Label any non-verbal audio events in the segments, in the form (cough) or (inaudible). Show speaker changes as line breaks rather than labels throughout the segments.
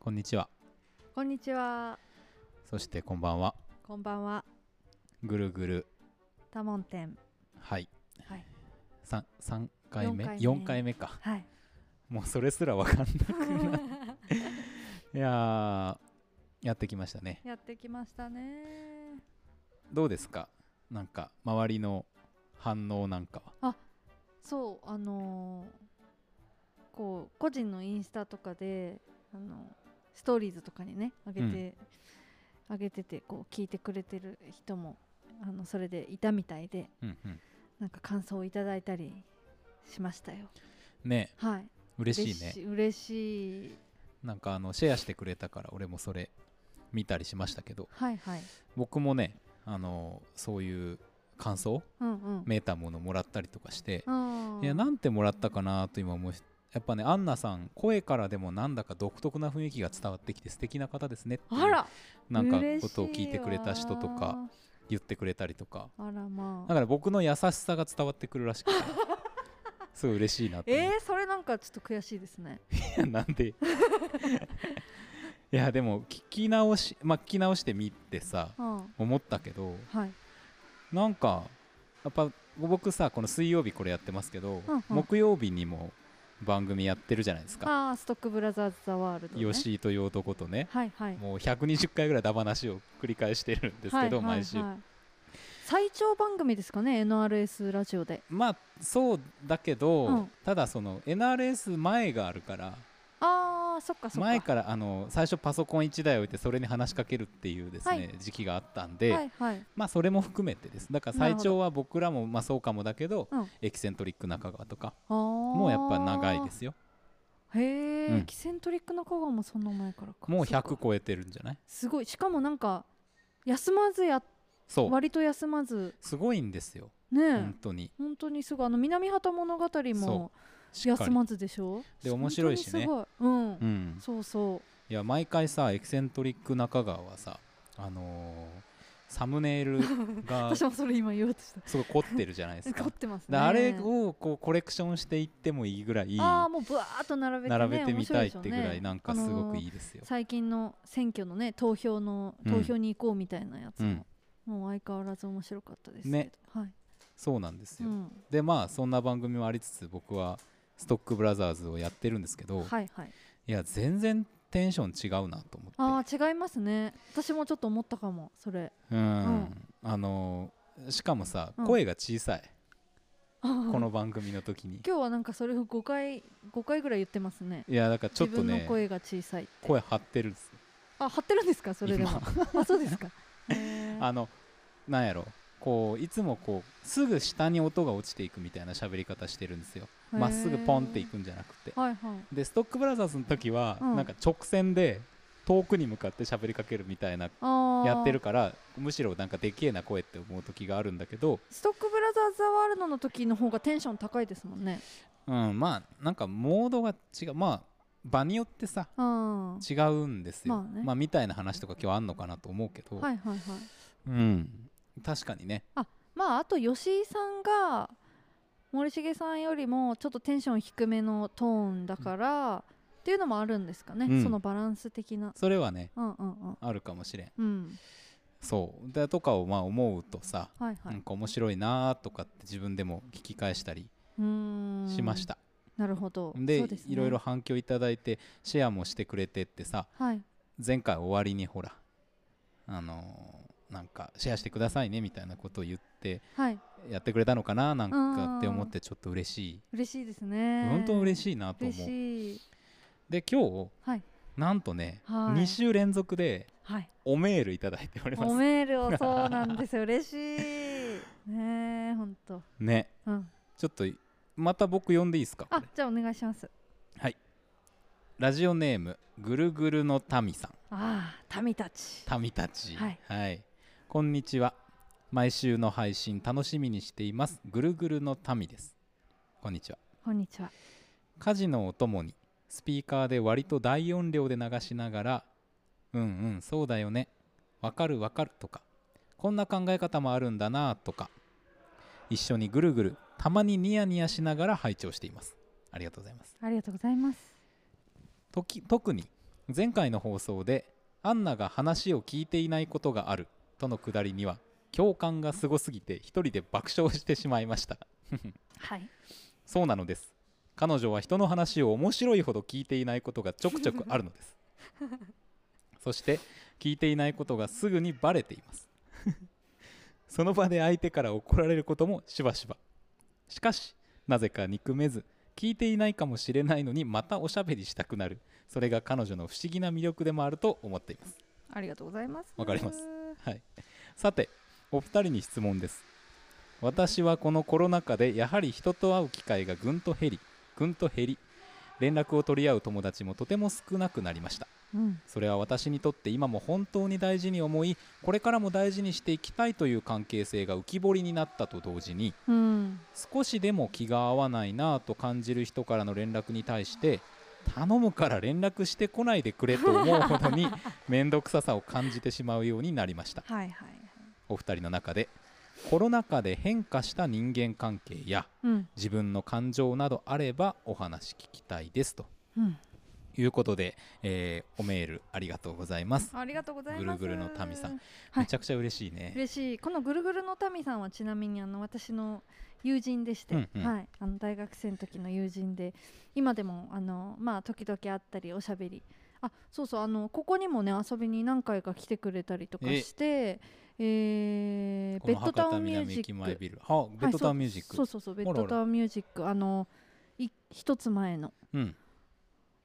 こんにちは。
こんにちは。
そしてこんばんは。
こんばんは。
ぐるぐる。
多聞店。
はい。
はい。
三三回目。
四回目
四回目か。
はい。
もうそれすらわかんなくないやーやってきましたね。
やってきましたね。
どうですか。なんか周りの反応なんかは。
そう、あのーこう個人のインスタとかで、あのストーリーズとかにね上げて、上げててこう聞いてくれてる人もあのそれでいたみたいで、
うんうん。
なんか感想をいただいたりしましたよ。
ねえ
はい。
嬉しいね。
嬉しい。
なんかあのシェアしてくれたから俺もそれ見たりしましたけど、
はいはい。
僕もねあのそういう感想
うんうん。
めいたものもらったりとかして。
うん。
いやなんてもらったかなと今思いやっぱねアンナさん声からでもなんだか独特な雰囲気が伝わってきて素敵な方ですねっていう
あら。
なんか
嬉し
ことを聞いてくれた人とか
わ
言ってくれたりとか
あらま
だ
あ
から僕の優しさが伝わってくるらしく
(laughs)
てすごい嬉しいなって思
え
っ
ー、それなんかちょっと悔しいですね
て、 (laughs) なんでいやでも聞き直しまあ聞き直してみてさ
うん
思ったけど
はい
なんかやっぱ僕さこの水曜日これやってますけど、
うんうん
木曜日にも番組やってるじゃないですか
あーストックブラザーズ・ザ・ワールド、ね、
吉井という男とね、
はいはい
もう120回ぐらいダバなしを繰り返してるんですけど、
はいはいはい
毎週。
最長番組ですかね NRS ラジオで
まあそうだけど、
うん
ただその NRS 前があるから
あーそっかそっか
前からあの最初パソコン1台置いてそれに話しかけるっていうですね、
はい
時期があったんで、
はいはい
まあそれも含めてですだから
なる
最
ほど
長は僕らもまあそうかもだけど、
うん
エキセントリック中川とか
も
もうやっぱ長いですよ
へえ、
うん
エキセントリックな香川もそんな前からか
もう
そっ
100
か
超えてるんじゃない
すごいしかもなんか休まずや
そう
割と休まず
すごいんですよ、
ねえ、
本当に
本当にすごいあの南畑物語
そ
も
しっか
休
り、
まずでしょ
で面白いしね
本当にすごいう
う
ん、
ん、
そうそう
いや毎回さエキセントリック中川はさあのーサムネイルが
(laughs) 私
す
もそれ今言おうとした
ごい凝ってるじゃないですか
凝ってます
で
ね
あれをこうコレクションしていってもいいぐらい
ああもうぶわーっと並べて、ね、
並べてみたいっ
面白
て
でしょう
ぐ
ね
らいなんかすごく
あのー
いいですよ、
最近の選挙のね投票の
うん
投票に行こうみたいなやつも、もう相変わらず面白かったですけど
ね
はい、
そうなんです
う
よ、
ん、
でまあそんな番組もありつつ僕はストックブラザーズをやってるんですけど、
はいはい
い、や全然テンション違うなと思って
ああ違いますね私もちょっと思ったかもそれ
うん、
うん
あのーしかもさ、
うん
声が小さい
こ
この番組の時に、
(laughs) 今日はなんかそれを5回5回ぐらい言ってますね
いやだからちょっ
自
と
分の
ね声
声が小さいって
声張ってるんですよ
あ貼ってるんですかそれでもあそうですかへ
(laughs)
ー
あのなんやろこういつもこうすぐ下に音が落ちていくみたいな喋り方してるんですよ
へー
まっすぐポンっていくんじゃなくて
はいはい
でストックブラザーズの時は、
うん
なんか直線で遠くに向かって喋りかけるみたいな
あー
やってるからむしろなんかでけえな声って思う時があるんだけど
ストックブラザーズ・ザ・ワールドの時の方がテンション高いですもんね。
うんまあなんかモードが違うまあ場によってさ
うん。はい
違うんですよ、
まあね
みたいな話とか今日あんのかなと思うけど、
はいはい。
うん確かにね
まああと吉井さんが森重さんよりもちょっとテンション低めのトーンだから、っていうのもあるんですかね、
うん
そのバランス的な。
それはね
うんうんうん。
あるかもしれん
うん。
そうだとかをまあ思うとさ、
はいはい。
なん
う
か面白いなーとかって自分でも聞き返したり
ーん。
しました、
なるほど。
で
そうすね
いろいろ。反響いただいてシェアもしてくれてってさ
はい。
前回終わりにほらあのーなんかシェアしてくださいねみたいなことを言って
はい。
やってくれたのかななんかって
うん
思ってちょっと嬉しい、
嬉しいですね。
本当嬉
し
し
い。
いなと
嬉
思う
しい。
で今日
はい。
なんとね、
はい
2週連続で
はい。
おメールいただいておりま
お
す
メールをそうなんですよ。嬉しい。ねえ、本当。
ね
うん。
ちょっとまた僕呼んでいいですかこ
あ
れ、
じゃあお願いします。
ラジオネームぐるぐるの民さん
ああ、民たち。
民たち、
はい
こんにちは毎週の配信楽しみにしていますぐるぐるの民ですこんにちは
こんにちは。
家事のお供にスピーカーで割と大音量で流しながらうんうんそうだよねわかるわかるとかこんな考え方もあるんだなとか一緒にぐるぐるたまにニヤニヤしながら拝聴していますありがとうございます
ありがとうございます。
とき特に前回の放送でアンナが話を聞いていないことがあるとのくだりには共感がすごすぎて一人で爆笑してしまいました
はい
そうなのです彼女は人の話を面白いほど聞いていないことがちょくちょくあるのですそして聞いていないことがすぐにバレています (laughs) その場で相手から怒られることもしばしばしかしなぜか憎めず聞いていないかもしれないのにまたおしゃべりしたくなるそれが彼女の不思議な魅力でもあると思っています
ありがとうございます
わかりますはい、さてお二人に質問です私はこのコロナ禍でやはり人と会う機会がぐんと減りぐんと減り連絡を取り合う友達もとても少なくなりました
うん
それは私にとって今も本当に大事に思いこれからも大事にしていきたいという関係性が浮き彫りになったと同時に
うん
少しでも気が合わないなぁと感じる人からの連絡に対して頼むから連絡してこないでくれと思うほどに面倒くささを感じてしまうようになりました
はいはいはい
お二人の中でコロナ禍で変化した人間関係や
うん
自分の感情などあればお話聞きたいですと
うん
いうことで、えーおメールありがとうございます、
ありがとうございます
ぐるぐるの民さん
はい
めちゃくちゃ嬉しいね
嬉しいこのぐるぐるの民さんはちなみにあの私の友人でして、
うんうん
はい、あの大学生の時の友人で今でもあの、まあ、時々会ったりおしゃべりあそうそうあのここにもね遊びに何回か来てくれたりとかして、えー、
こ
ベ
の
ッド
博
タ
多
ウンミュー
南
ジ
駅
ッ
前
ク
ビルあベッドタウンミュージック、
はいそうそうそうそうベッ
あらあ
ド
ら
タウンミュージックあのい一つ前の
うん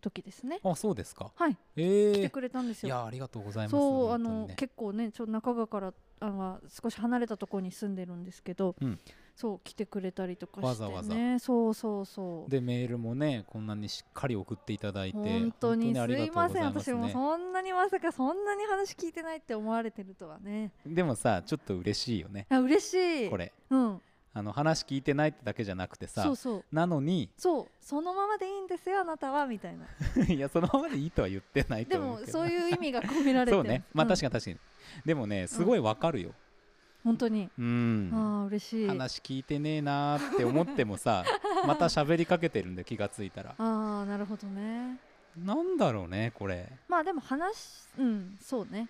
時ですね
あそうですか
はい
え
来て
ー
くれたんです
い
よ
やありがとうございます
そうあ
本当
の、
にね
結構ねちょっと中川からあの少し離れたところに住んでるんですけど、
うん
そう来てくれたりとかしてね
わざわざ
そうそうそう
でメールもねこんなにしっかり送っていただいて
本当に
あ
す
りが
い
とうご
ま
ざ
せ
い
ん
ます
私も
ね
そんなにまさかそんなに話聞いてないって思われてるとはね
でもさちょっと嬉しいよね
あ嬉しい
これ
うん
あの話聞いてないってだけじゃなくてさ
そうそう
なのに (laughs)
そうそのままでいいんですよあなたはみたいない
やそのままでいいとは言ってない
で
と思
も
うけど
そういう意味が込められて
(laughs) そ
る
うねまあ確
か
かに確かに、でもねすごいわかるよ
本当に
うん、
ああ嬉しいあ
話聞いてねえなーって思ってもさまた喋りかけてるんで気がついたら
あーなるほどね
なんだろうねこれ
まあでも話しうんそうね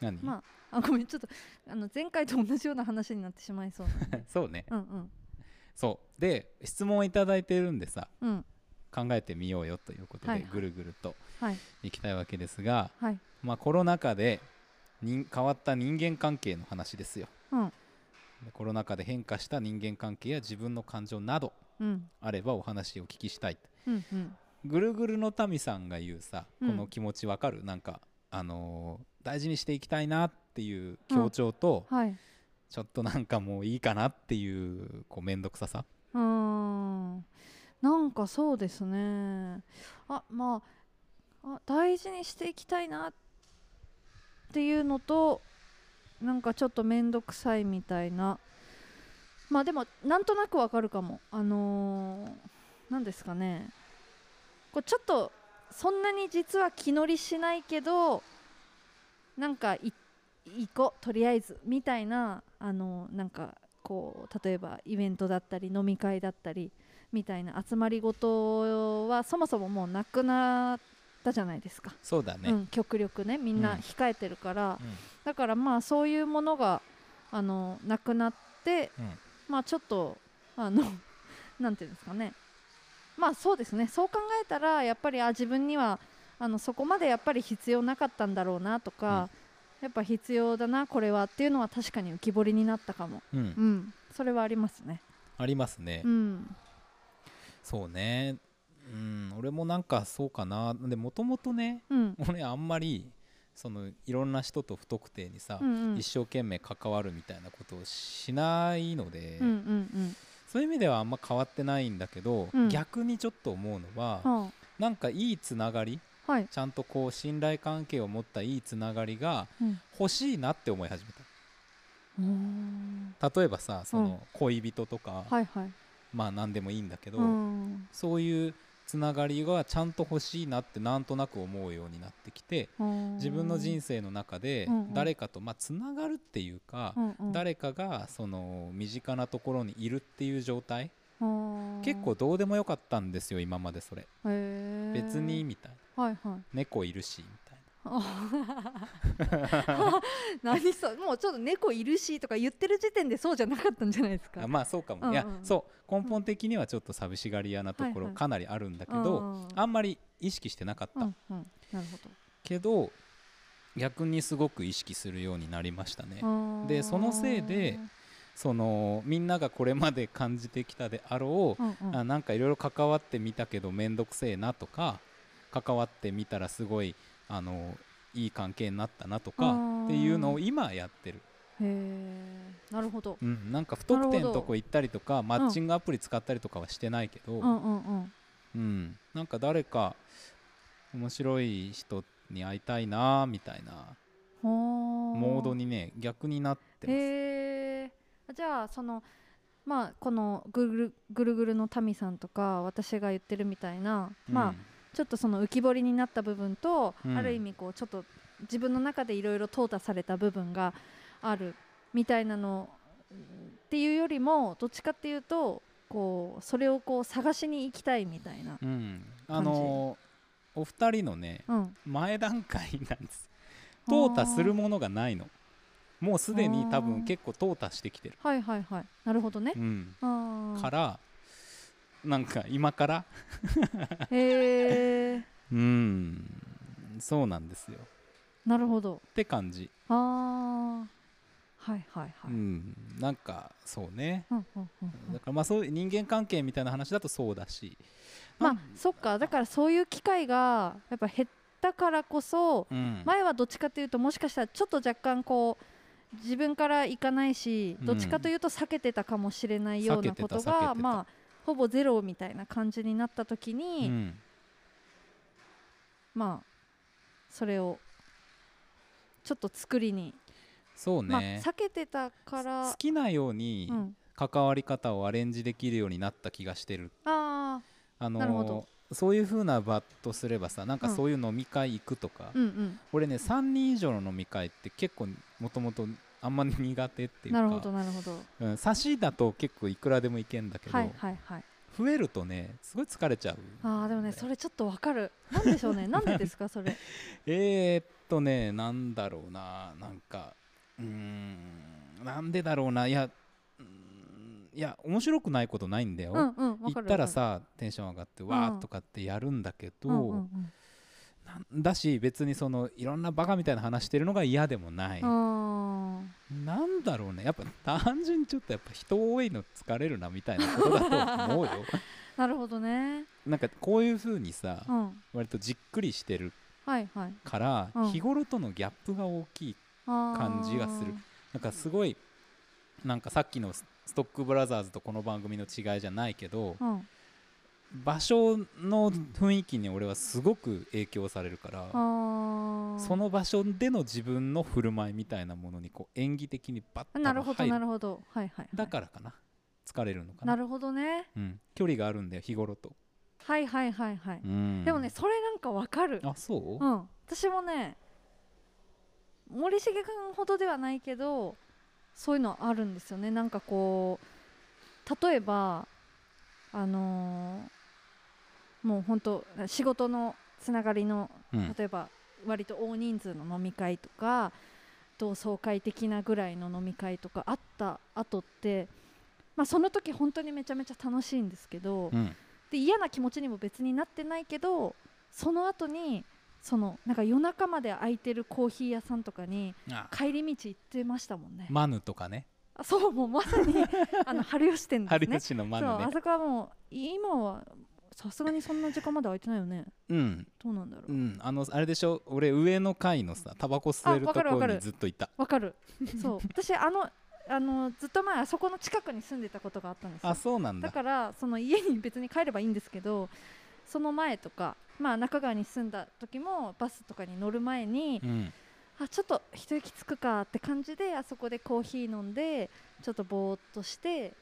何、
まあ、あごめんちょっとあの前回と同じような話になってしまい
(laughs)
そうなん
(laughs)
で
そうね
うんうん
そうで質問いただいてるんでさ
うん
考えてみようよということ
は
で
い
ぐるぐると
はい
いきたいわけですが、
はい
まあ、コロナ禍で人変わった人間関係の話ですよ
うん
でコロナ禍で変化した人間関係や自分の感情など
うん
あればお話をお聞きしたい
うんうん
ぐるぐるの民さんが言うさこ
うん
の気持ちわかる、なんかあのー大事にしていきたいなっていう強調と、
はい
ちょっとなんかもういいかなっていうこう面倒くささ
うーんなんかそうですねあまああ大事にしていきたいなっていうのとなんかちょっと面倒くさいみたいなまあでもなんとなくわかるかもあのー、なんですかねこうちょっとそんなに実は気乗りしないけどなんかい行こうとりあえずみたいなあのなんかこう例えばイベントだったり飲み会だったりみたいな集まりごとはそもそももうなくなったじゃないですか、
そうだね、
うん、極力ねみんな
うん
控えてるから、
う
だからまあそういうものがあのなくなって、
うん
まあちょっとあの (laughs) なんていうんですかねまあそうですねそう考えたらやっぱりあ自分にはあのそこまでやっぱり必要なかったんだろうなとか、やっぱ必要だなこれはっていうのは確かに浮き彫りになったかも、
んう
うんん、それはありますね。
ありますね、
うん、
そうねうん俺もなんかそうかなでもともとね
うん、
俺あんまりそのいろんな人と不特定にさ、
うん、うん、
一生懸命関わるみたいなことをしないので、
うん、うん、
そういう意味ではあんま変わってないんだけど、
うん
逆にちょっと思うのは、
うん、は
なんかいいつながり
あはい、
ちゃんとこう信頼関係を持ったいいつながりが
うん
欲しいなって思い始め
うーん、
た例えばさその恋人とか、
はい、はい、
まあ何でもいいんだけど、
うん、
そういうつながりがちゃんと欲しいなってなんとなく思うようになってきて自分の人生の中で
うんうん
誰かとまあつながるっていうか、
うんうん、
誰かがその身近なところにいるっていう状態結構どうでもよかったんですよ今までそれ別
別
にみたいな
はいはい
猫いるしみたい
あ何そもうちょっと猫いるしとか言ってる時点でそうじゃなかったんじゃないです
なあ
か。
まあそうかも、
うんうん
いやそう根本的にはちょっと寂しがり屋なとこ
はい
ろ
はい
かなりあるんだけど、
うん
あんまり意識してなかった、
うんうん、なるほど
けど逆にすごく意識するようになりましたね、
あー。
でそのせいでそのみんながこれまで感じてきたであろう、
うんうん、
あなんかいろいろ関わってみたけど面倒くせえなとか関わってみたらすごいあのいい関係になったなと
あ
か
ー
っていうのを今やってる、
へえなるほど。
うん、なんか不特定のとこ行ったりとかマ
ど
ッチングアプリ使ったりとかはしてないけど、
うんうんうん。
うん、なんか誰か面白い人に会いたいなみたいなモ
モ
ードにね逆になってます。
へえじゃあそのまあこのぐるぐるぐるの民さんとか私が言ってるみたいな、まあちょっとその浮き彫りになった部分と、
うん
ある意味こうちょっと自分の中でいろいろ淘汰された部分があるみたいなのうんっていうよりもどっちかっていうとこうそれをこう探しに行きたいみたいな
う。ん、うん、あのーお二人のね
うん、
前段階なんです淘汰するものがないのもうすでに多
あ
分
ー
結構淘汰してきてる、
はいはいはいなるほどね
う。ん、
あ
か
あ
らなんか今から
へえ
うんそうなんですよ
なるほど。
って感じ、
ああはいはいはい。
うん、なんかそうね
うんうんうんうん
だからまあそういう人間関係みたいな話だとそうだし
ま
な
あ
ん
そっかだからそういう機会がやっぱ減ったからこそ
うん
前はどっちかというともしかしたらちょっと若干こう自分から行かないし
うん
どっちかというと避けてたかもしれないようなこ
避け
と
てた避けて
が
た
まあほぼゼロみたいな感じになった時
う
に
ん、
まあそれをちょっと作りに
そう
まあ
ね、
避けてたから
好きなように
うん
関わり方をアレンジできるようになった気がしてる、
あー
あのー
なるほど
そういう風な場とすればさなんか
うん
そういう飲み会行くとか、
うん
俺ね3人以上の飲み会って結構もともとあんまり苦手って
う
いう
ん
か
なるほどなるほど
うん、差しだと結構いくらでもいけんだけど、
はいはいはい
増えるとねすごい疲れちゃう
あーでもねそれちょっとわかるなんでしょう
(laughs)
ねなんでですかそれ
えー、っとねなんだろうななんかうーんなんでだろうないやうーんいや面白くないことないんだよ、
うんうんわ
行
か
っ
る
たら
わか
さテンション上がってわーっとかってやるんだけど、
るうんうんうん
なんだし別にそのいろんなバカみたいな話してるのが嫌でもない、
あー
なんだろうねやっぱ単純にちょっとやっぱ人多いの疲れるなみたいなことだと思う
(laughs)
よ
なるほどね。
なんかこういう風にさ、
うん。
割とじっくりしてる
はいはい。
から、
うん
日頃とのギャップが大きい
感
じがするなんかすごいなんかさっきのスストックブラザーズとこの番組の違いじゃないけど
うん。
場所の雰囲気に俺はすごく影響されるから
ああ。
その場所での自分の振る舞いみたいなものにこう演技的にバッと
なるほど
入
な
る
るほど。はいはいはい。
だからかな疲れるのかな
なるほどね。
うん、距離があるんだよ日頃と、
はいはいはいはい。
うん
でもねそれなんかわかる。
あそう、
うん。私もね森重君ほどではないけどそういうのあるんですよね。なんかこう例えばあのーもう本当仕事のつながりの
うん
例えば割と大人数の飲み会とか同窓会的なぐらいの飲み会とかあった後って、まあ、その時本当にめちゃめちゃ楽しいんですけど、
うん
で嫌な気持ちにも別になってないけどその後にそのなんか夜中まで空いてるコーヒー屋さんとかに
あ
帰り道行ってましたもんね。
マヌとかね
あそうもう
(laughs)
まさにあの春吉店です
春
ね。
吉のマ
そう
ヌ
あ
ね
そこはもう今はさすがにそんな時間まで空いてないよね。
うん
どうなんだろう
う。んあのあれでしょ俺上の階のさタバコ吸える
あわ
と
かるわ
こ
か
に
る
ずっといた
わか
(laughs)
るそう私あのあのずっと前あそこの近くに住んでたことがあったんですよ
あそうなんだ
だからその家に別に帰ればいいんですけどその前とか、まあ、中川に住んだ時もバスとかに乗る前に、
うん
あちょっと一息つくかって感じであそこでコーヒー飲んでちょっとぼーっとして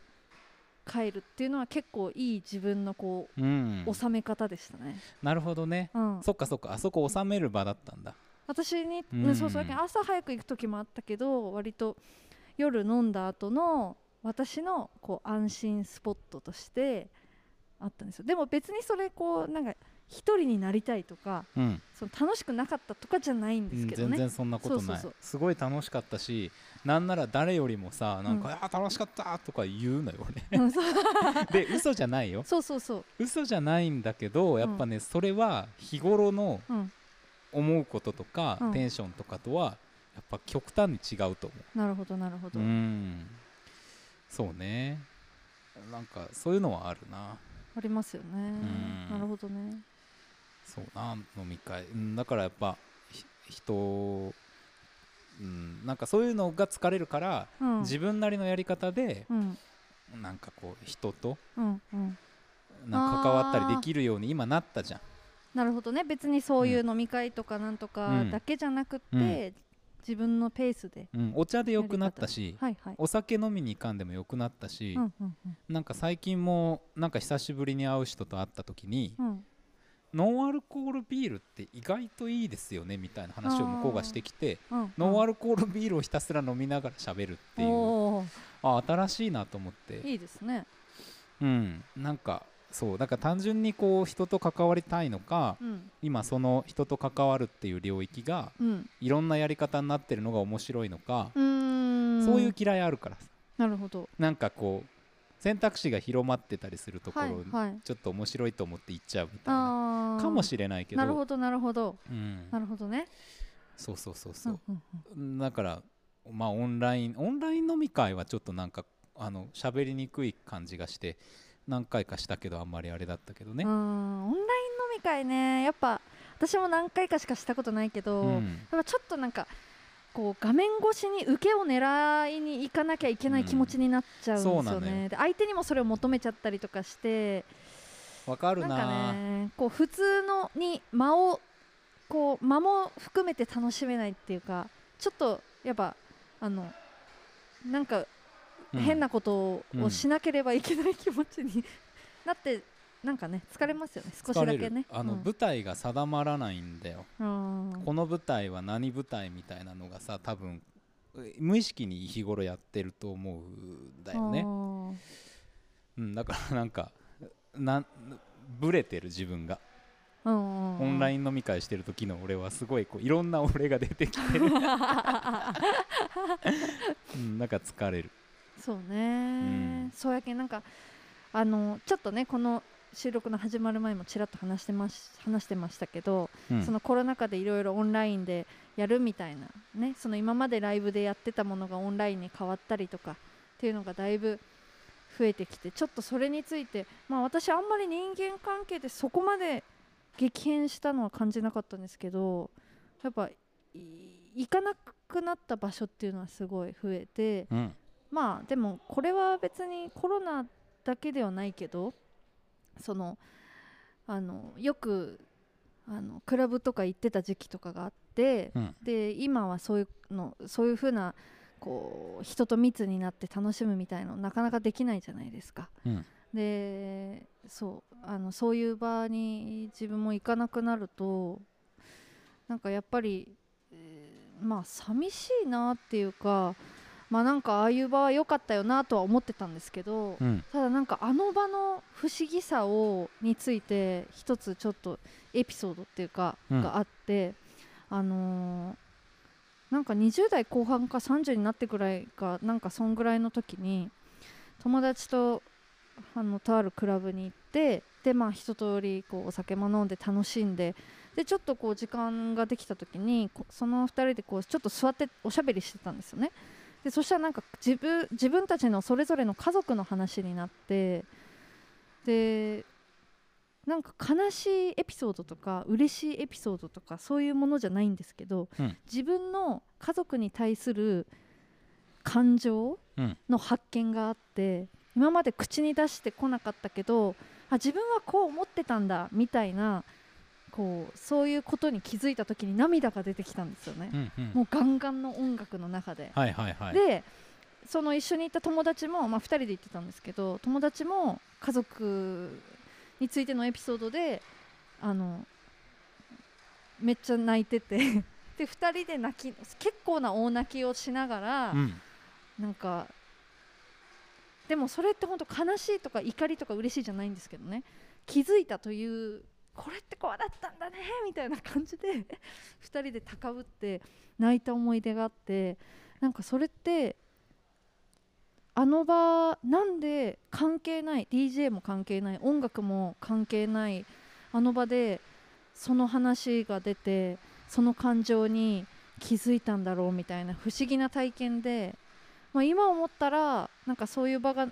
帰るっていうのは結構いい自分のこ
うん
う、収め方でしたね、
なるほどね
うん、
そっかそっかあそこ収める場だったんだ
私に、
うん
そうそう朝早く行く時もあったけど割と夜飲んだ後の私のこう安心スポットとしてあったんですよでも別にそれこうなんか一人になりたいとか
うん
その楽しくなかったとかじゃないん
う
です
ん
けど
全
ね、
然そんなことない
そうそうそう
すごい楽しかったしなんなら誰よりもさなんか「
うん
あー楽しかった!」とか言うのよ俺
うんそう (laughs)
で嘘じゃないよ
そうそうそう
嘘じゃないんだけどやっぱね、それは日頃の
うん
思うこととか、
うん
テンションとかとはやっぱ極端に違うと思
なるほどなるほ
う
ど、
うんそうねなんかそういうのはあるな
ありますよね、
ん
なるほどね
そうな飲み会、うん、だからやっぱひ人をうん、なんかそういうのが疲れるから、
うん
自分なりのやり方で、
うん
なんかこう人と
うんうん
なんか関わったりできるように今なったじゃん
なるほどね別にそういう飲み会とかなんとか
うん
だけじゃなくて、
うん
自分のペースで
うん、お茶で良くなったし、
はいはい、
お酒飲みに行かんでも良くなったし、
うんうんうん
なんか最近もなんか久しぶりに会う人と会った時に、
うん
ノンアルコールビールって意外といいですよねみたいな話を向こうがしてきて、
うん
ノンア
ルっ
ルコールビールをひたすら飲みながら喋るっていうあ新しいなと思って
いいですね
うんなんかそうだから単純にこう人と関わりたいのか、
うん
今その人と関わるっていう領域が
うん
いろんなやり方になってるのが面白いのか、
うーん
そういう嫌いあるからさ
なるほど
なんかこう選択肢が広まってたりするとこ
は
ろ
い
に、
はい
ちょっと面白いと思って行っちゃうみたいな
あー
かもしれないけど
なるほどなるほど
うん、
なるほどね
そうそうそうそう、
うんうん
だからまあオンラインオンライン飲み会はちょっとなんかあの喋りにくい感じがして何回かしたけどあんまりあれだったけど
う
ね
ん、う、んオンライン飲み会ねやっぱ私も何回かしかしたことないけど、
うん
やっぱちょっとなんかこう画面越しに受けを狙いに行かなきゃいけない気持ちになっちゃうんです
うんそ
よ
うなの
ね、で相手にもそれを求めちゃったりとかして
わかる
な
なん
かねこう普通のに間をこう間も含めて楽しめないっていうかちょっとやっぱあのなんか
うん
変なこと
うん
をしなければいけない気持ちになってなんかね疲れますよね少しだけ
疲れ
ね
る。あの
うん
舞台が定まらないんだよ、
うん
この舞台は何舞台みたいなのがさ多分え無意識に日頃やってると思うんだよね
あ、ー
うん、だからなんかなんブレてる自分が
うん
オンラ
ン
イン飲み会してる時の俺はすごいこういろんな俺が出てき
(laughs)
て、うん、なんか疲れる。
(laughs) そうね、
ん
そうやけんなんかあのちょっとねこの収録の始まる前もちらっと話してます話してましたけど、
うん
そのコロナ禍でいろいろオンラインでやるみたいなねその今までライブでやってたものがオンラインに変わったりとかっていうのがだいぶ増えてきてちょっとそれについてまあ私あんまり人間関係でそこまで激変したのは感じなかったんですけどやっぱい行かなくなった場所っていうのはすごい増えて、
うん
まあでもこれは別にコロナだけではないけどそのあのよくあのクラブとか行ってた時期とかがあって
うん
で今はそういうのそういう風なこう人と密になって楽しむみたいのなかなかできないじゃないですか。
うん
でそうあのそういう場に自分も行かなくなるとなんかやっぱり、えーまあ寂しいなっていうかまあなんかああいう場は良かったよなとは思ってたんですけど、
うん
ただなんかあの場の不思議さをについて一つちょっとエピソードっていうか、
うん
があってあのーなんか20代後半か30になってくらいかなんかそんぐらいの時に友達とあのとあるクラブに行ってでまあ一通りこうお酒も飲んで楽しんででちょっとこう時間ができた時にこその2人でこうちょっと座っておしゃべりしてたんですよね。でそしたらなんか自分自分たちのそれぞれの家族の話になってでなんか悲しいエピソードとか嬉しいエピソードとかそういうものじゃないんですけど、
うん
自分の家族に対する感情
うん
の発見があって今まで口に出してこなかったけどあ自分はこう思ってたんだみたいなこうそういうことに気づいた時に涙が出てきたんですよね。
うんうん
もうガンガンの音楽の中で、
はいはいはい。
でその一緒に行った友達も、まあ、2人で行ってたんですけど友達も家族についてのエピソードであのめっちゃ泣いててで2人で泣き結構な大泣きをしながら、
うん
なんかでもそれって本当悲しいとか怒りとか嬉しいじゃないんですけどね気づいたというこれってこうだったんだねみたいな感じで2人で高ぶって泣いた思い出があってなんかそれってあの場なんで関係ない DJ も関係ない音楽も関係ないあの場でその話が出てその感情に気づいたんだろうみたいな不思議な体験で、まあ、今思ったらなんかそういう場が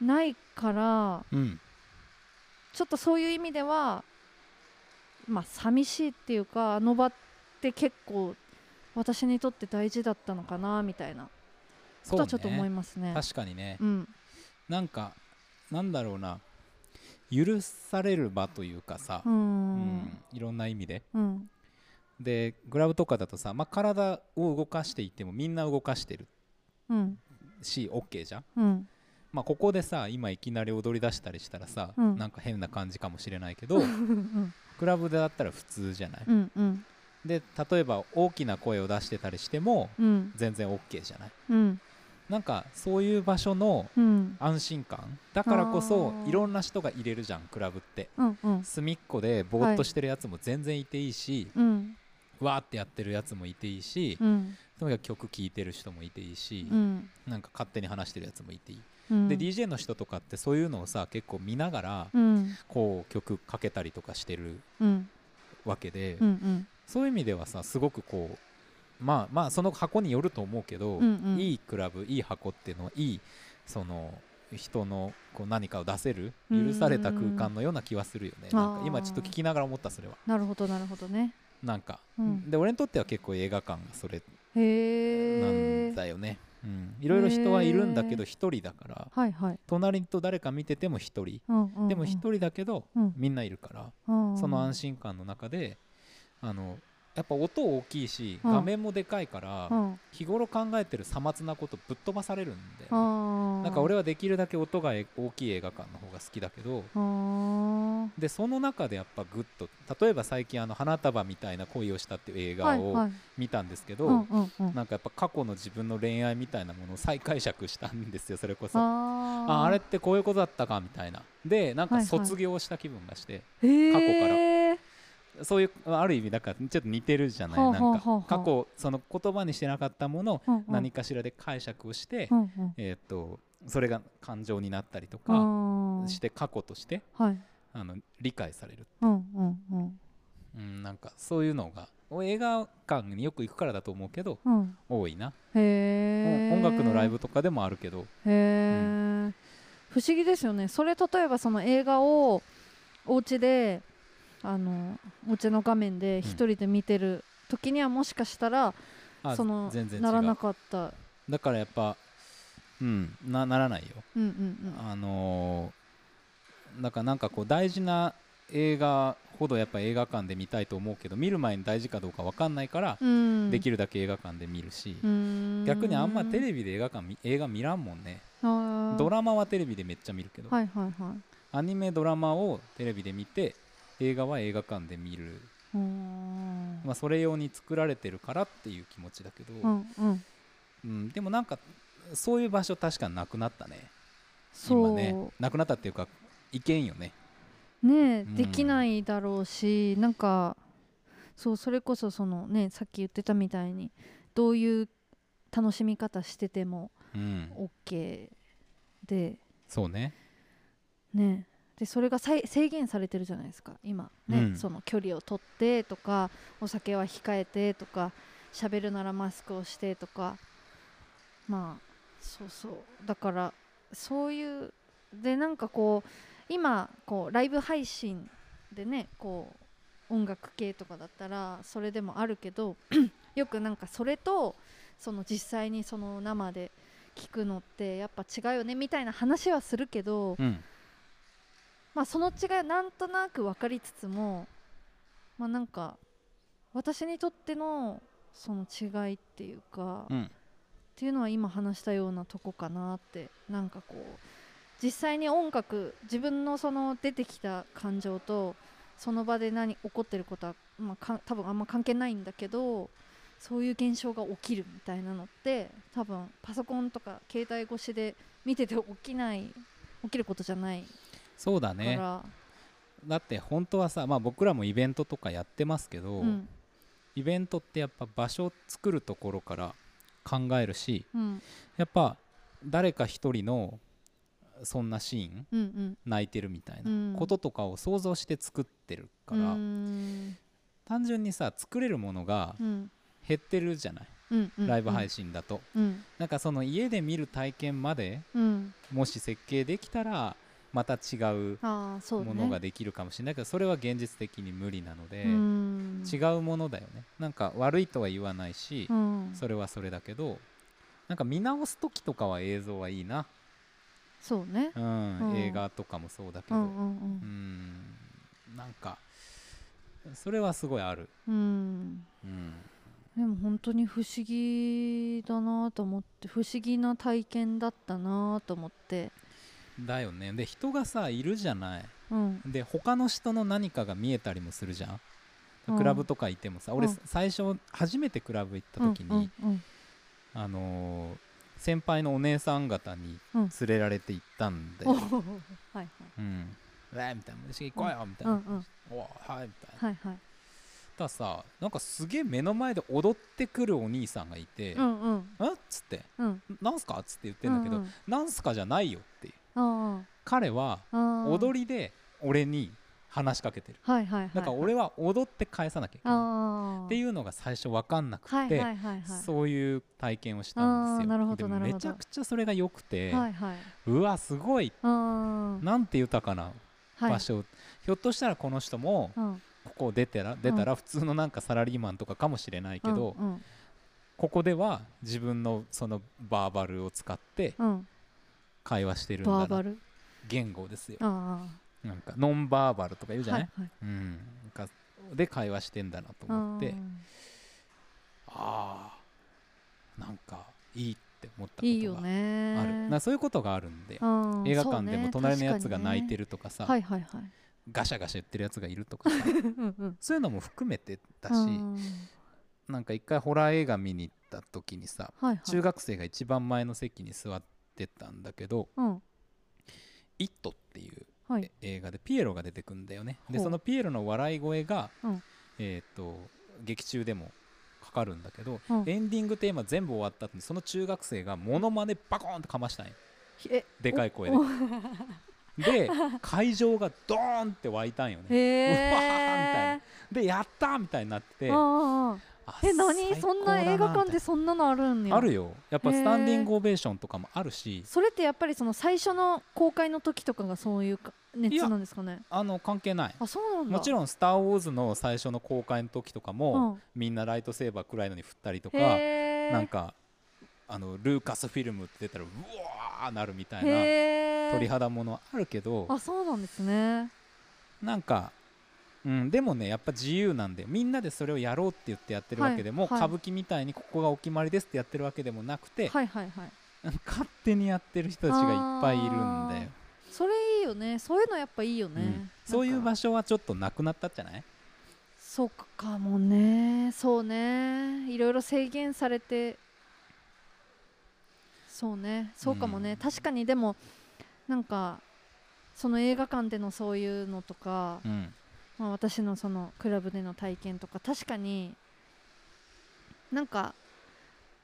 ないから
うん
ちょっとそういう意味ではまあ寂しいっていうかあの場って結構私にとって大事だったのかなみたいなこ
そ
と
う
は
ね
ちょっと思いますね。
確かにね
うん
なんかなんだろうな許される場というかさ
う、
うん
ん
いろんな意味で
うん
でグラブとかだとさ、まあ、体を動かしていてもみんな動かしてる
うん
し OK じゃん、
うん
まあ、ここでさ今いきなり踊り出したりしたらさ、
うん
なんか変な感じかもしれないけどクラブだったら普通じゃない、
うんうん
で例えば大きな声を出してたりしても
うん
全然 OK じゃない
うん
なんかそういう場所の
うん
安心感だからこそ
あー
いろんな人が入れるじゃんクラブって
うんうん
隅っこでぼーっとしてるやつも全然いていいし、
うん
わーってやってるやつもいていいし、
うん
とにかく曲聴いてる人もいていいし、
うん
なんか勝手に話してるやつもいていい、
うん
で DJ の人とかってそういうのをさ結構見ながら
うん
こう曲かけたりとかしてる
うん
わけで、
うんうん
そういう意味ではさすごくこうまあまあその箱によると思うけど、
うんうん
いいクラブいい箱っていうのはいいその人のこう何かを出せる
うん
許された空間のような気はするよね、
あー
なんか今ちょっと聞きながら思ったそれは
なるほどなるほどね
なんか、
うん
で俺にとっては結構映画館がそれ
へ
な
え
んだよね、うん、いろいろ人はいるんだけど一人だから
はいはい
隣と誰か見てても一人
うんうんうん
でも一人だけど
うん
みんないるから
うん
その安心感の中であのやっぱ音大きいし
うん
画面もでかいから
うん
日頃考えてるさまつなことぶっ飛ばされるんで
あ
なんか俺はできるだけ音がえ大きい映画館の方が好きだけど
は
でその中でやっぱグッと例えば最近あの「花束みたいな恋をした」っていう映画
は
を
いはい
見たんですけ
う
ど
んうんうん
なんかやっぱ過去の自分の恋愛みたいなものを再解釈したんですよそれこそ。
あー
ああれってこういうことだったかみたいなでなん
は
か
いはい
卒業した気分がして、
へ
過去
え
そういうある意味だからちょっと似てるじゃない、
ほうほう
なん
ほうほう
か過去その言葉にしてなかったものを
うんうん
何かしらで解釈をして、
うんうん
えーっとそれが感情になったりと
あ
か
ー
して過去として
はい
あの理解される、
うんうんうん
うん、なんかそういうのが映画館によく行くからだと思うけど
うん
多いな、
へえ
音楽のライブとかでもあるけど、
へえ、不思議ですよねそれ例えばその映画をお家であのお家の画面で一人で見てる時にはもしかしたら、
あ
その
全然違
ならな
う
かった
だからやっぱうんなならないよ
うんうん
あのーなんかなんかこう大事な映画ほどやっぱ映画館で見たいと思うけど見る前に大事かどうか分かんないから
う、んうん
できるだけ映画館で見るし、
うん
逆にあんまテレビで映画館み映画見らんもんね、ド
ド
ラマはテレビでめっちゃ見るけど、
はいはいはい
アニメドラマをテレビで見て映画は映画館で見る、
うーん
まあ、それ用に作られてるからっていう気持ちだけど、
う
うん
んうん
でもなんかそういう場所確かなくなったね
そ
今
う
ね
ね
なくなったっていうかいけんよね
え
うん
できないだろうしなんかそうそれこそそのねさっき言ってたみたいにどういう楽しみ方してても
うん、
OK で
そうね
ねでそれがさい制限されてるじゃないですか今ね、
うん
その距離を取ってとかお酒は控えてとか喋るならマスクをしてとかまあそうそうだからそういうでなんかこう今こうライブ配信でねこう音楽系とかだったらそれでもあるけど (clears throat) よくなんかそれとその実際にその生で聞くのってやっぱ違うよねみたいな話はするけど、
うん
まあ、その違いはなんとなく分かりつつも、まあ、なんか私にとってのその違いっていうか、
う
っ
ん
ていうのは今話したようなとこかなってなんかこう実際に音楽自分のその出てきた感情とその場で何起こってることは、まあ、か多分あんま関係ないんだけどそういう現象が起きるみたいなのって多分パソコンとか携帯越しで見てて起きない起きることじゃないか
そうだ
ら、
ねだって本当はさ、まあ、僕らもイベントとかやってますけど、
うん
イベントってやっぱ場所を作るところから考えるし
うん
やっぱ誰か一人のそんなシーン
うんうん
泣いてるみたい
うん
なこととかを想像して作ってるから、
うーん
単純にさ作れるものが
うん
減ってるじゃない、
うんうん
ライブ配信だと、
うん
なんかその家で見る体験まで
うん
もし設計できたらまた違う
ああそうね
ものができるかもしれないけどそれは現実的に無理なので、
うーん
違うものだよねなんか悪いとは言わないし、
うん
それはそれだけどなんか見直す時とかは映像はいいな、
そうね
うん
うん
映画とかもそうだけ
う
どうんん
うん
なんかそれはすごいある、
うんうん
うん、
でも本当に不思議だなと思って不思議な体験だったなと思って
だよねで人がさいるじゃない
うん
で他の人の何かが見えたりもするじゃん
うん
クラブとかいてもさ、俺
うん
最初初めてクラブ行った時に、
う
(laughs)
んうん
あのー先輩のお姉さん方に
うん
連れられて行ったんで、
うんおおはいはい
うん、うわーみたいな「虫行こうよ」みたいうな「
んうん
おーはい」みたいな。
はいはい
たださなんかすげえ目の前で踊ってくるお兄さんがいて「、
うんんうん
えっ?」つって
うん
「なんすか?」っつって言ってんだけど「
うんうん
なんすか?」じゃないよっていう
あ
彼は
あああ
踊りで俺に話しかけてる
はいはいはい
だから俺は踊って返さなきゃいけない
ああ
って
う
いうのが最初分かんなくて、
はいはいはいはい
そういう体験をしたんです
あー
よ
なるほど
で
なるほど
めちゃくちゃそれが良くて、
はいはいう
わすごい
あ
なんて豊かな
あはい
場所、ひょっとしたらこの人も
うん
ここを出てら出たら普通のなんかサラリーマンとかかもしれないけど、
うん
ここでは自分のそのバーバルを使って
うんうん
会話してるん
バ
だ
ーバ
な
ル
言語ですよ
あ
なんかノンバーバルとか言う
あ
じゃない、
はいはい
うんなんかで会話してんだなと思ってああなんかいいって思ったことがある
いいよね
なんかそういうことがあるんで
うん
映画館でも隣のやつが泣いて
る
るとかさ
はいはいはい
ガシャガシャ言ってるやつがいるとかさ
うんうん
そういうのも含めてだし、
うん
なんか一回ホラー映画見に行った時にさ
はいはい
中学生が一番前の席に座ってたんだけど
うん
「イット!」っていう
はい
映画でピエロが出てくんだよねで
ほう
そのピエロの笑い声が、
うん
えー、と劇中でもかかるんだけど、
うん
エンディングテーマ全部終わった後にその中学生がモノマネバコーンとかましたんよ
え
でかい声で
おお
(laughs) で会場がドーンって湧いたんよね
へえ
うわーみでやったーみたいになってて
あ
あ
あえ何
最高
そん
だ
な映画館で
み
そんなのあるん
たい
や
なあるよやっぱスタンディン
へ
グオベーションとかもあるし
それってやっぱりその最初の公開の時とかがそういうか熱
いや
なんですかね
あの関係ない
あそうなんだ
もちろん「スター・ウォーズ」の最初の公開の時とかも、
うん
みんなライトセーバー暗いのに振ったりとか
へー
なんかあのルーカスフィルムって出たらうわーなるみたいな
へー
鳥肌ものあるけど
あそうなんですね
なんか、うん、でもねやっぱ自由なんでみんなでそれをやろうって言ってやってるわけでも、
はいはい
歌舞伎みたいにここがお決まりですってやってるわけでもなくて、
はいはいはい
勝手にやってる人たちがいっぱいいるんだよ、
それいいよねそういうのやっぱいいよ
う
ね、
ん、そういう
所
場所はちょっとなくなったんじゃない
そうかもねそうねいろいろ制限されてそうねそうかもね、
うん
確かにでもなんかその映画館でのそういうのとか、
うん
まあ、私のそのクラブでの体験とか確かになんか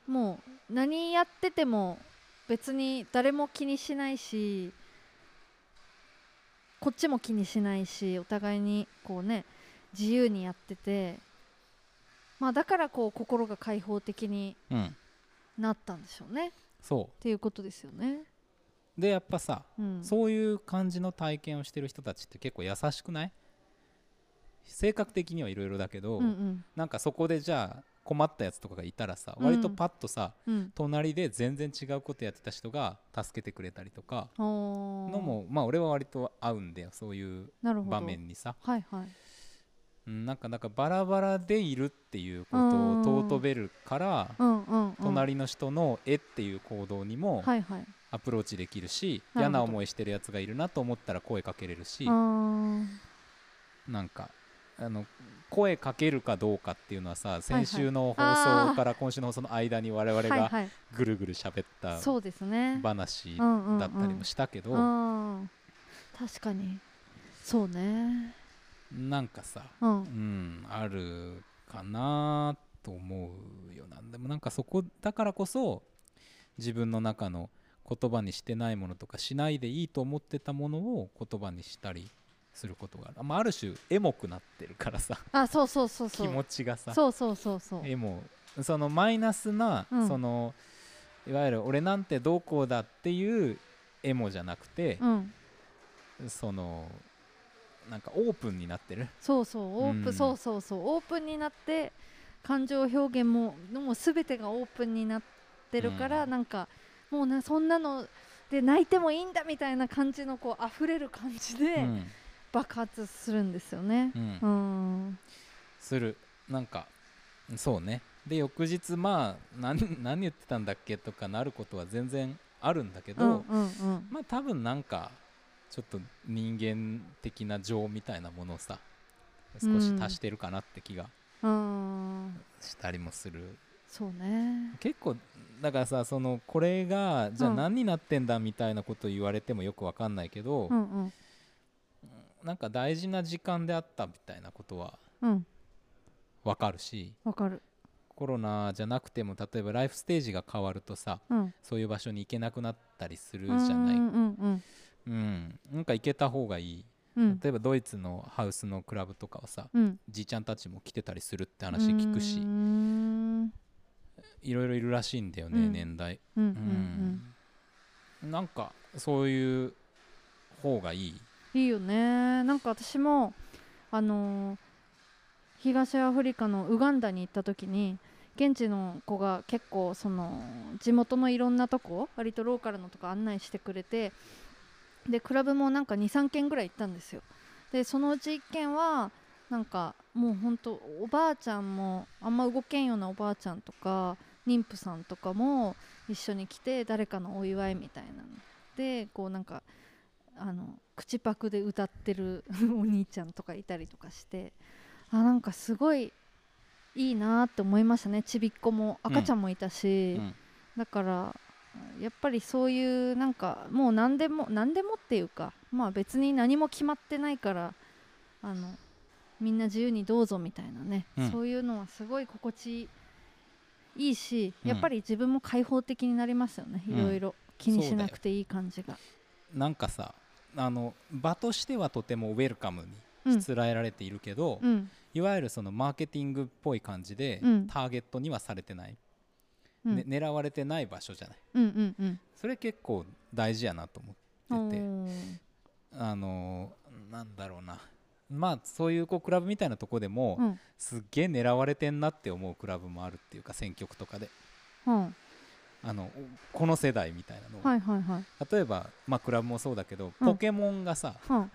もう何やってても別に誰も気にしないしこっちも気にしないしお互いにこうね自由にやっててまあだからこう心が開放的に
うん
なったんでしょうねっ
そ
ていうことですよね。
うでやっぱさ
うん、
そういう感じの体験をしてる人たちって結構優しくない性格的にはいろいろだけど、
うんうん
なんかそこでじゃあ困ったやつとかがいたらさ
うん
割とパッとさ、
うん
隣で全然違うことやってた人が助けてくれたりとか
おー
のもまあ俺は割と合うんだよそういう
なるほど
場面にさ、
はいはい
うん、なんかなんかバラバラでいるっていうこ
うん
とを尊べるから
うんうんうん、
隣の人の「え」っていう行動にも
はいはい
アプローチできるし
なるほど
嫌な思いしてるやつがいるなと思ったら声かけれるし
あー
なんかあの声かけるかどうかっていうのはさ先週の放
あ
送
ー
から今週のその間に我々
はい
が
はい、
ぐるぐる喋った
そうですね
話
う
だ
んうんうん
ったりもしたけど
うん確かにそうね
なんかさ
う
うんんあるかなと思うよなでもなんかそこだからこそ自分の中の言葉にしてないものとかしないでいいと思ってたものを言葉にしたりすることがある、まあ、ある種エモくなってるからさ
あそうそうそうそ
気
う
持ちがさ
そうそうそうそう
えもうそのマイナスな、
うん
そのいわゆる「俺なんてどうこうだ」っていうエモじゃなくて
う、ん
そのなんかオープンになってる
そうそうオープン、
うん
そうそうそうオープンになって感情表現ももう全てがオープンになってるから、
うん
なんかもうなそんなので泣いてもいいんだみたいな感じのこう溢れる感じ
う
で
ん
爆発するんですよね
う。ん
うん、
するなんかそうねで翌日まあ何何言ってたんだっけとかなることは全然あるんだけど、
うんうんうん
まあ多分なんかちょっと人間的な情みたいなものをさ少し足してるかなって気が
うん
したりもする
そうね
結構だからさそのこれがじゃあ
うん
何になってんだみたいなこと言われてもよくわかんないけど、
うんうん
なんか大事な時間であったみたいなことは
うん
わかるし
わかる
コロナじゃなくても例えばライフステージが変わるとさ
うん
そういう場所に行けなくなったりする
じ
じゃない、
う
うん
んうん
なんか行けた方がいい
うんうん
例えばドイツのハウスのクラブとかはさ
うん
じいちゃんたちも来てたりするって話聞くし
うーん
いろいろいるらしいんだよね、
うん
年代
うんうんう
うんんなんかそういう方がいい
いいよねなんか私もあのー東アフリカのウガンダに行った時に現地の子が結構その地元のいろんなとこ割とローカルのとこ案内してくれてでクラブもなんか23軒ぐらい行ったんですよでそのうち1軒はなんかもうほんとおばあちゃんもあんま動けんようなおばあちゃんとか妊婦さんとかも一緒に来て誰かのお祝いみたいなのでこうなんかあの口パクで歌ってる (laughs) お兄ちゃんとかいたりとかしてあなんかすごいいいなって思いましたねちびっ子も赤ちゃんもいたし、
うん
だからやっぱりそういうなんかもう何でも何でもっていうかまあ別に何も決まってないからあのみんな自由にどうぞみたいなね、
うん
そういうのはすごい心地いいし
うん
やっぱり自分も開放的になりますよね、
うん
いろいろ気にしなくていい感じが。
なんかさあの場としてはとてもウェルカム
う
に
ん
しつらえられているけど、
うん
いわゆるそのマーケティングっぽい感じで、
うん
ターゲットにはされてない、
うん
ね狙われてない場所じゃない
うんうんうん
それ結構大事やなと思ってて
おー
あのなんだろうなまあそういうこうクラブみたいなとこでも、
うん
すっげえ狙われてんなって思うクラブもあるっていうか選曲とかで
うん
あのこの世代みたいなのを、
はいはいはい
例えば、まあ、クラブもそうだけど、
うん
ポケモンがさ
うん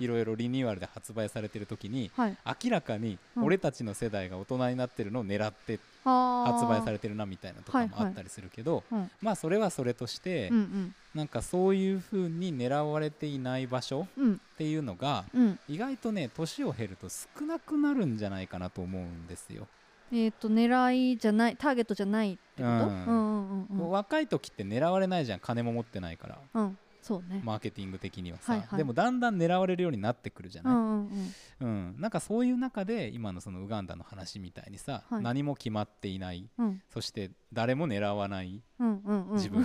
いろいろリニューアルで発売されてる時に
はい
明らかに
うん
俺たちの世代が大人になってるのを狙って発
発
売されてるなみたいなとかも
はい
あ
はい
ったりするけど、
うん
まあそれはそれとして、
うん
なんかそういう風に狙われていない場所
うんうん
っていうのが
うん
意外とね年を経ると少なくなるんじゃないかなと思うんですよ。
えっ、と狙いじゃないターゲットじゃないってこと、う、
うんん
うんうんうん
若い時って狙われないじゃん金も持ってないから
うんそうね、
マーケティング的にはさ、
はいはい
でもだんだん狙われるようになってくるじゃ
う
ない、
んうんうん
うん、なんかそういう中で今のそのウガンダの話みたいにさ、
はい
何も決まっていない
うん
そして誰も狙わない
うんうんうん
自分を、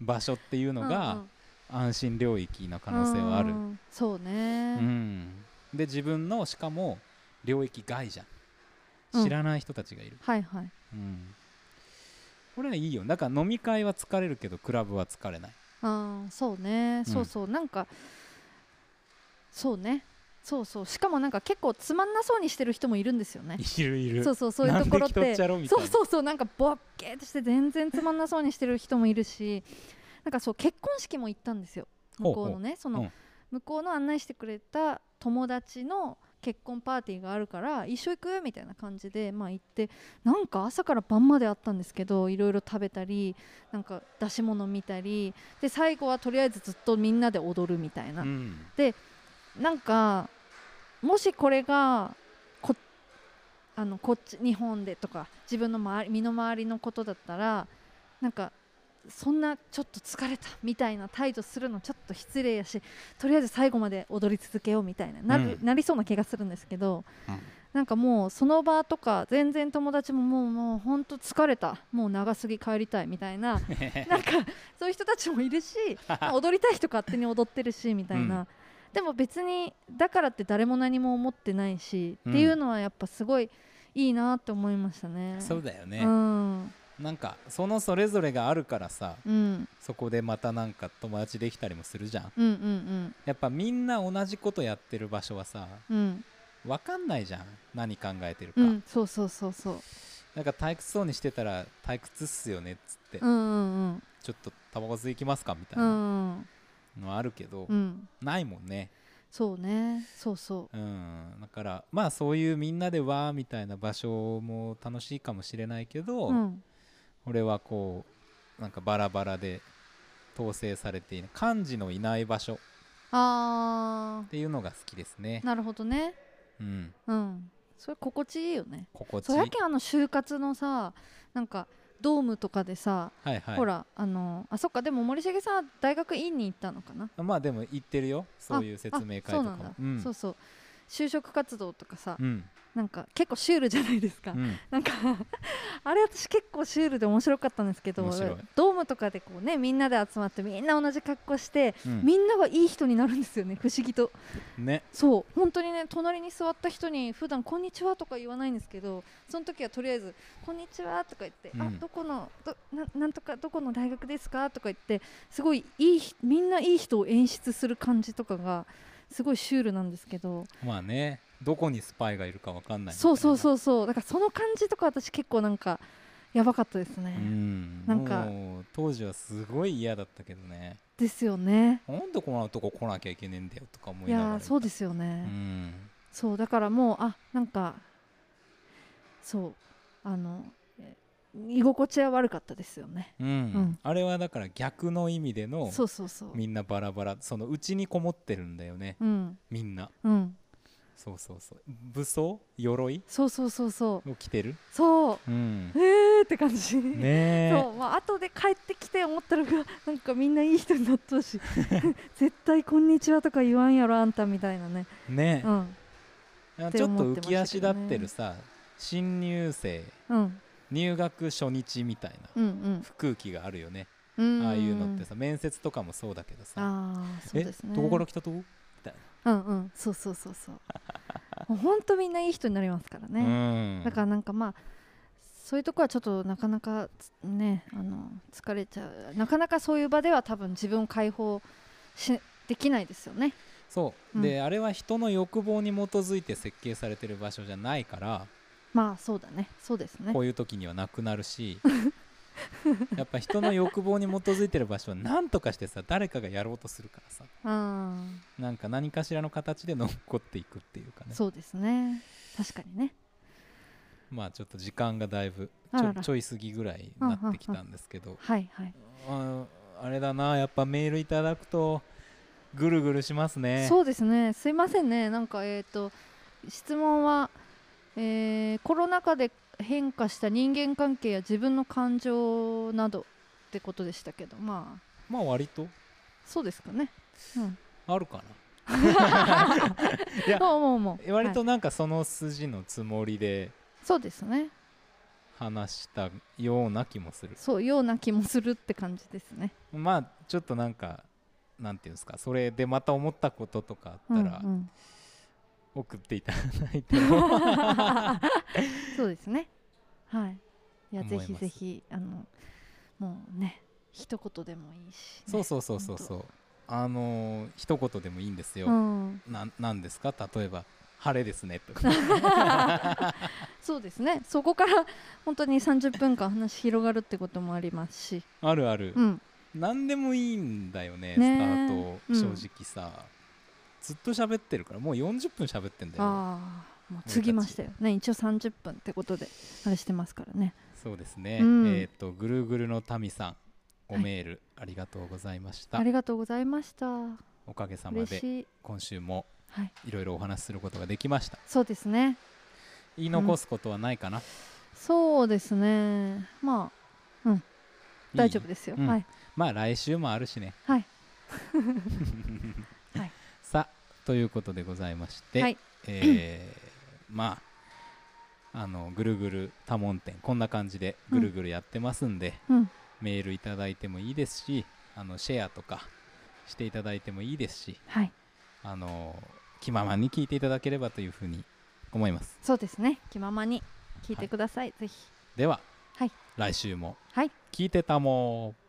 場所っていうの
うんう
が
ん
安心領域な可能性はある、
う
うん
うんうんそうね、
ん、で自分のしかも領域外じゃ
うん
ん知らない人たちがいる、
はいはい
うんこれねいいよだから飲み会は疲れるけどクラブは疲れない
あーそうね、そうそうなんかそうねそうそうしかもなんか結構つまんなそうにしてる人もいるんですよね
いるいる
そうそうそういうところっ
なんで
て
来とっちゃろみたい
そ
な
うそうそうなんかボッケーとして全然つまんなそうにしてる人もいるし (laughs) なんかそう結婚式も行ったんですよ向こうのねその、
うん
向こうの案内してくれた友達の結婚パーティーがあるから一緒行くみたいな感じで、まあ、行ってなんか朝から晩まであったんですけどいろいろ食べたりなんか出し物見たりで最後はとりあえずずっとみんなで踊るみたいな
うん
なんかもしこれがあのこっち日本でとか自分の周り身の回りのことだったらなんかそんなちょっと疲れたみたいな態度するのちょっと失礼やしとりあえず最後まで踊り続けようみたいななる、
うん
なりそうな気がするんですけど、
うん
なんかもうその場とか全然友達ももうもう本当疲れたもう長すぎ帰りたいみたい
(laughs)
ななんかそういう人たちもいるし踊りたい人勝手に踊ってるしみたいな、
うん
でも別にだからって誰も何も思ってないし、
うん
っていうのはやっぱすごいいいなって思いましたね。
そうだよね、
うん
なんかそのそれぞれがあるからさ
うん
そこでまたなんか友達できたりもするじゃん
うんうん
やっぱみんな同じことやってる場所はさ
うんうん
分かんないじゃん何考えてるか、
うんそうそうそうそう
なんか退屈そうにしてたら退屈っすよねっつって、
うんうん
ちょっとタバコ吸い行きますかみたい
うんう
なんのあるけど、
うん
ないもんね
そうねそうそ
うんだからまあそういうみんなでわーみたいな場所も楽しいかもしれないけど、
ううん
俺はこうなんかバラバラで統制されていない漢字のいない場所っ
あ
ていうのが好きですね
ーなるほどね
うん
うんそれ心地いいよね
心地い
そ
い
やけんあの就活のさなんかドームとかでさ、
はいはい
ほらあのあそっかでも森重さん大学院に行ったのかな
まあでも言ってるよそういう説明会とか
あそうなんだ
も、うん
そうそう就職活動とかさ、
うん
なんか結構シュールじゃないですか、
うん
なんか (laughs) あれ私結構シュールで面白かったんですけど
面白い
ドームとかでこうねみんなで集まってみんな同じ格好して、
うん
みんながいい人になるんですよね不思議と
ね
そう本当にね隣に座った人に普段こんにちは」とか言わないんですけどその時はとりあえず「こんにちは」とか言って「
うん
あどこのどななんとかどこの大学ですか?」とか言ってすごいいいひみんないい人を演出する感じとかがすごいシュールなんですけど
まあねどこにスパイがいるかわかんないみたいな
そうそうそうそうだからその感じとか私結構なんかやばかったですね、
うん
なんか
もう当時はすごい嫌だったけどね
ですよね
なんでこんなとこ来なきゃいけねえんだよとか思
い
いながら
やーそうですすよね、
うん
そうだからもうあなんかそうあのえ居心地は悪かったですよね
うん
ん
あれはだから逆の意味での
そうそうそう
みんなバラバラそのうちにこもってるんだよね
うん
みんな
うん
そうそうそう武装鎧
そうそうそうそう
を着てる
そ
う
う
ん
えーって感じ、
ねえ
そうまあ後で帰ってきて思ったらが (laughs) なんかみんないい人になったし (laughs) 絶対「こんにちは」とか言わんやろあんたみたいなね
ね
うん
あ
って
ちょっ
思
と
って
浮
ましたけどね
き足立ってるさ新入生
うん
入学初日みたい
うんうん
な空気があるよね
うん
ああいうのってさ面接とかもそうだけどさ
ああそう
え
ですね
どこから来たと
うんうんそうそうそうそうもうほんとみんないい人になりますから
う
ね、
ん
だからなんかまあそういうとこはちょっとなかなかつねあの疲れちゃうなかなかそういう場では多分自分を解放しできないですよね
そう、
うん
であれは人の欲望に基づいて設計されてる場所じゃないから
まあそうだねそうですね
こういう時にはなくなるし (laughs) やっぱ人の欲望に基づいてる場所は何とかしてさ誰かがやろうとするからさ
うん
なんか何かしらの形で残っていくっていうかね
そうですね確かにね
まあちょっと時間がだいぶちょ
あらら
ちょい過ぎぐらいになってきたんですけど
はいはい、
ああれだなやっぱメールいただくとぐるぐるしますね
そうですねすいませんねなんかえっ、と質問は、えーコロナ禍で変化した人間関係や自分の感情などってことでしたけどまあ
まあ割と
そうですかねうん
あるかなや
もうもうもう
割
は
となんかその筋のつもりで
いそうですね
話したような気もする
そうような気もするって感じですね
まあちょっとなんかなんていうんですかそれでまた思ったこととかあったら
う
(laughs)
んうん、
送っていただいても
(laughs) そうですねはいいや
思い
ぜ
ます
ひぜひあのもうね一言でもいいし、ね、
そうそうそうそうそうあのー一言でもいいんですよ、
うん、
ななんですか例えば「晴れですね」とか
そうですねそこから本当に30分間話広がるってこともありますし、
あるある、
うん、
何でもいいんだよね
ね
スタ
う
ー
ん
ト正直さ、ずっと喋ってるからもう40分喋ってんだよね
ああもう継ぎましたよね一応30分ってことであれしてますからね
そうですね、
うん
えっ、とぐるぐるの民さんお
はい
メールありがとうございました、
ありがとうございました
おかげさま
嬉
で
しい
今週も
はい
いろいろお話しすることができました
そうですね
言い残すことはないかな、
そうですねまあうん大丈夫ですよ
うん
はい
まあ来週もあるしね
はいはい
さあということでございまして、
はい
えーまああのぐるぐる多聞店こんな感じでぐるぐるやってますんで、
うん
メールいただいてもいいですしあのシェアとかしていただいてもいいですし
はい
あの気ままに聞いていただければというふうに思います
そうですね気ままに聞いてください、ぜひ
では、
はい
来週も
はい
聞いてたもー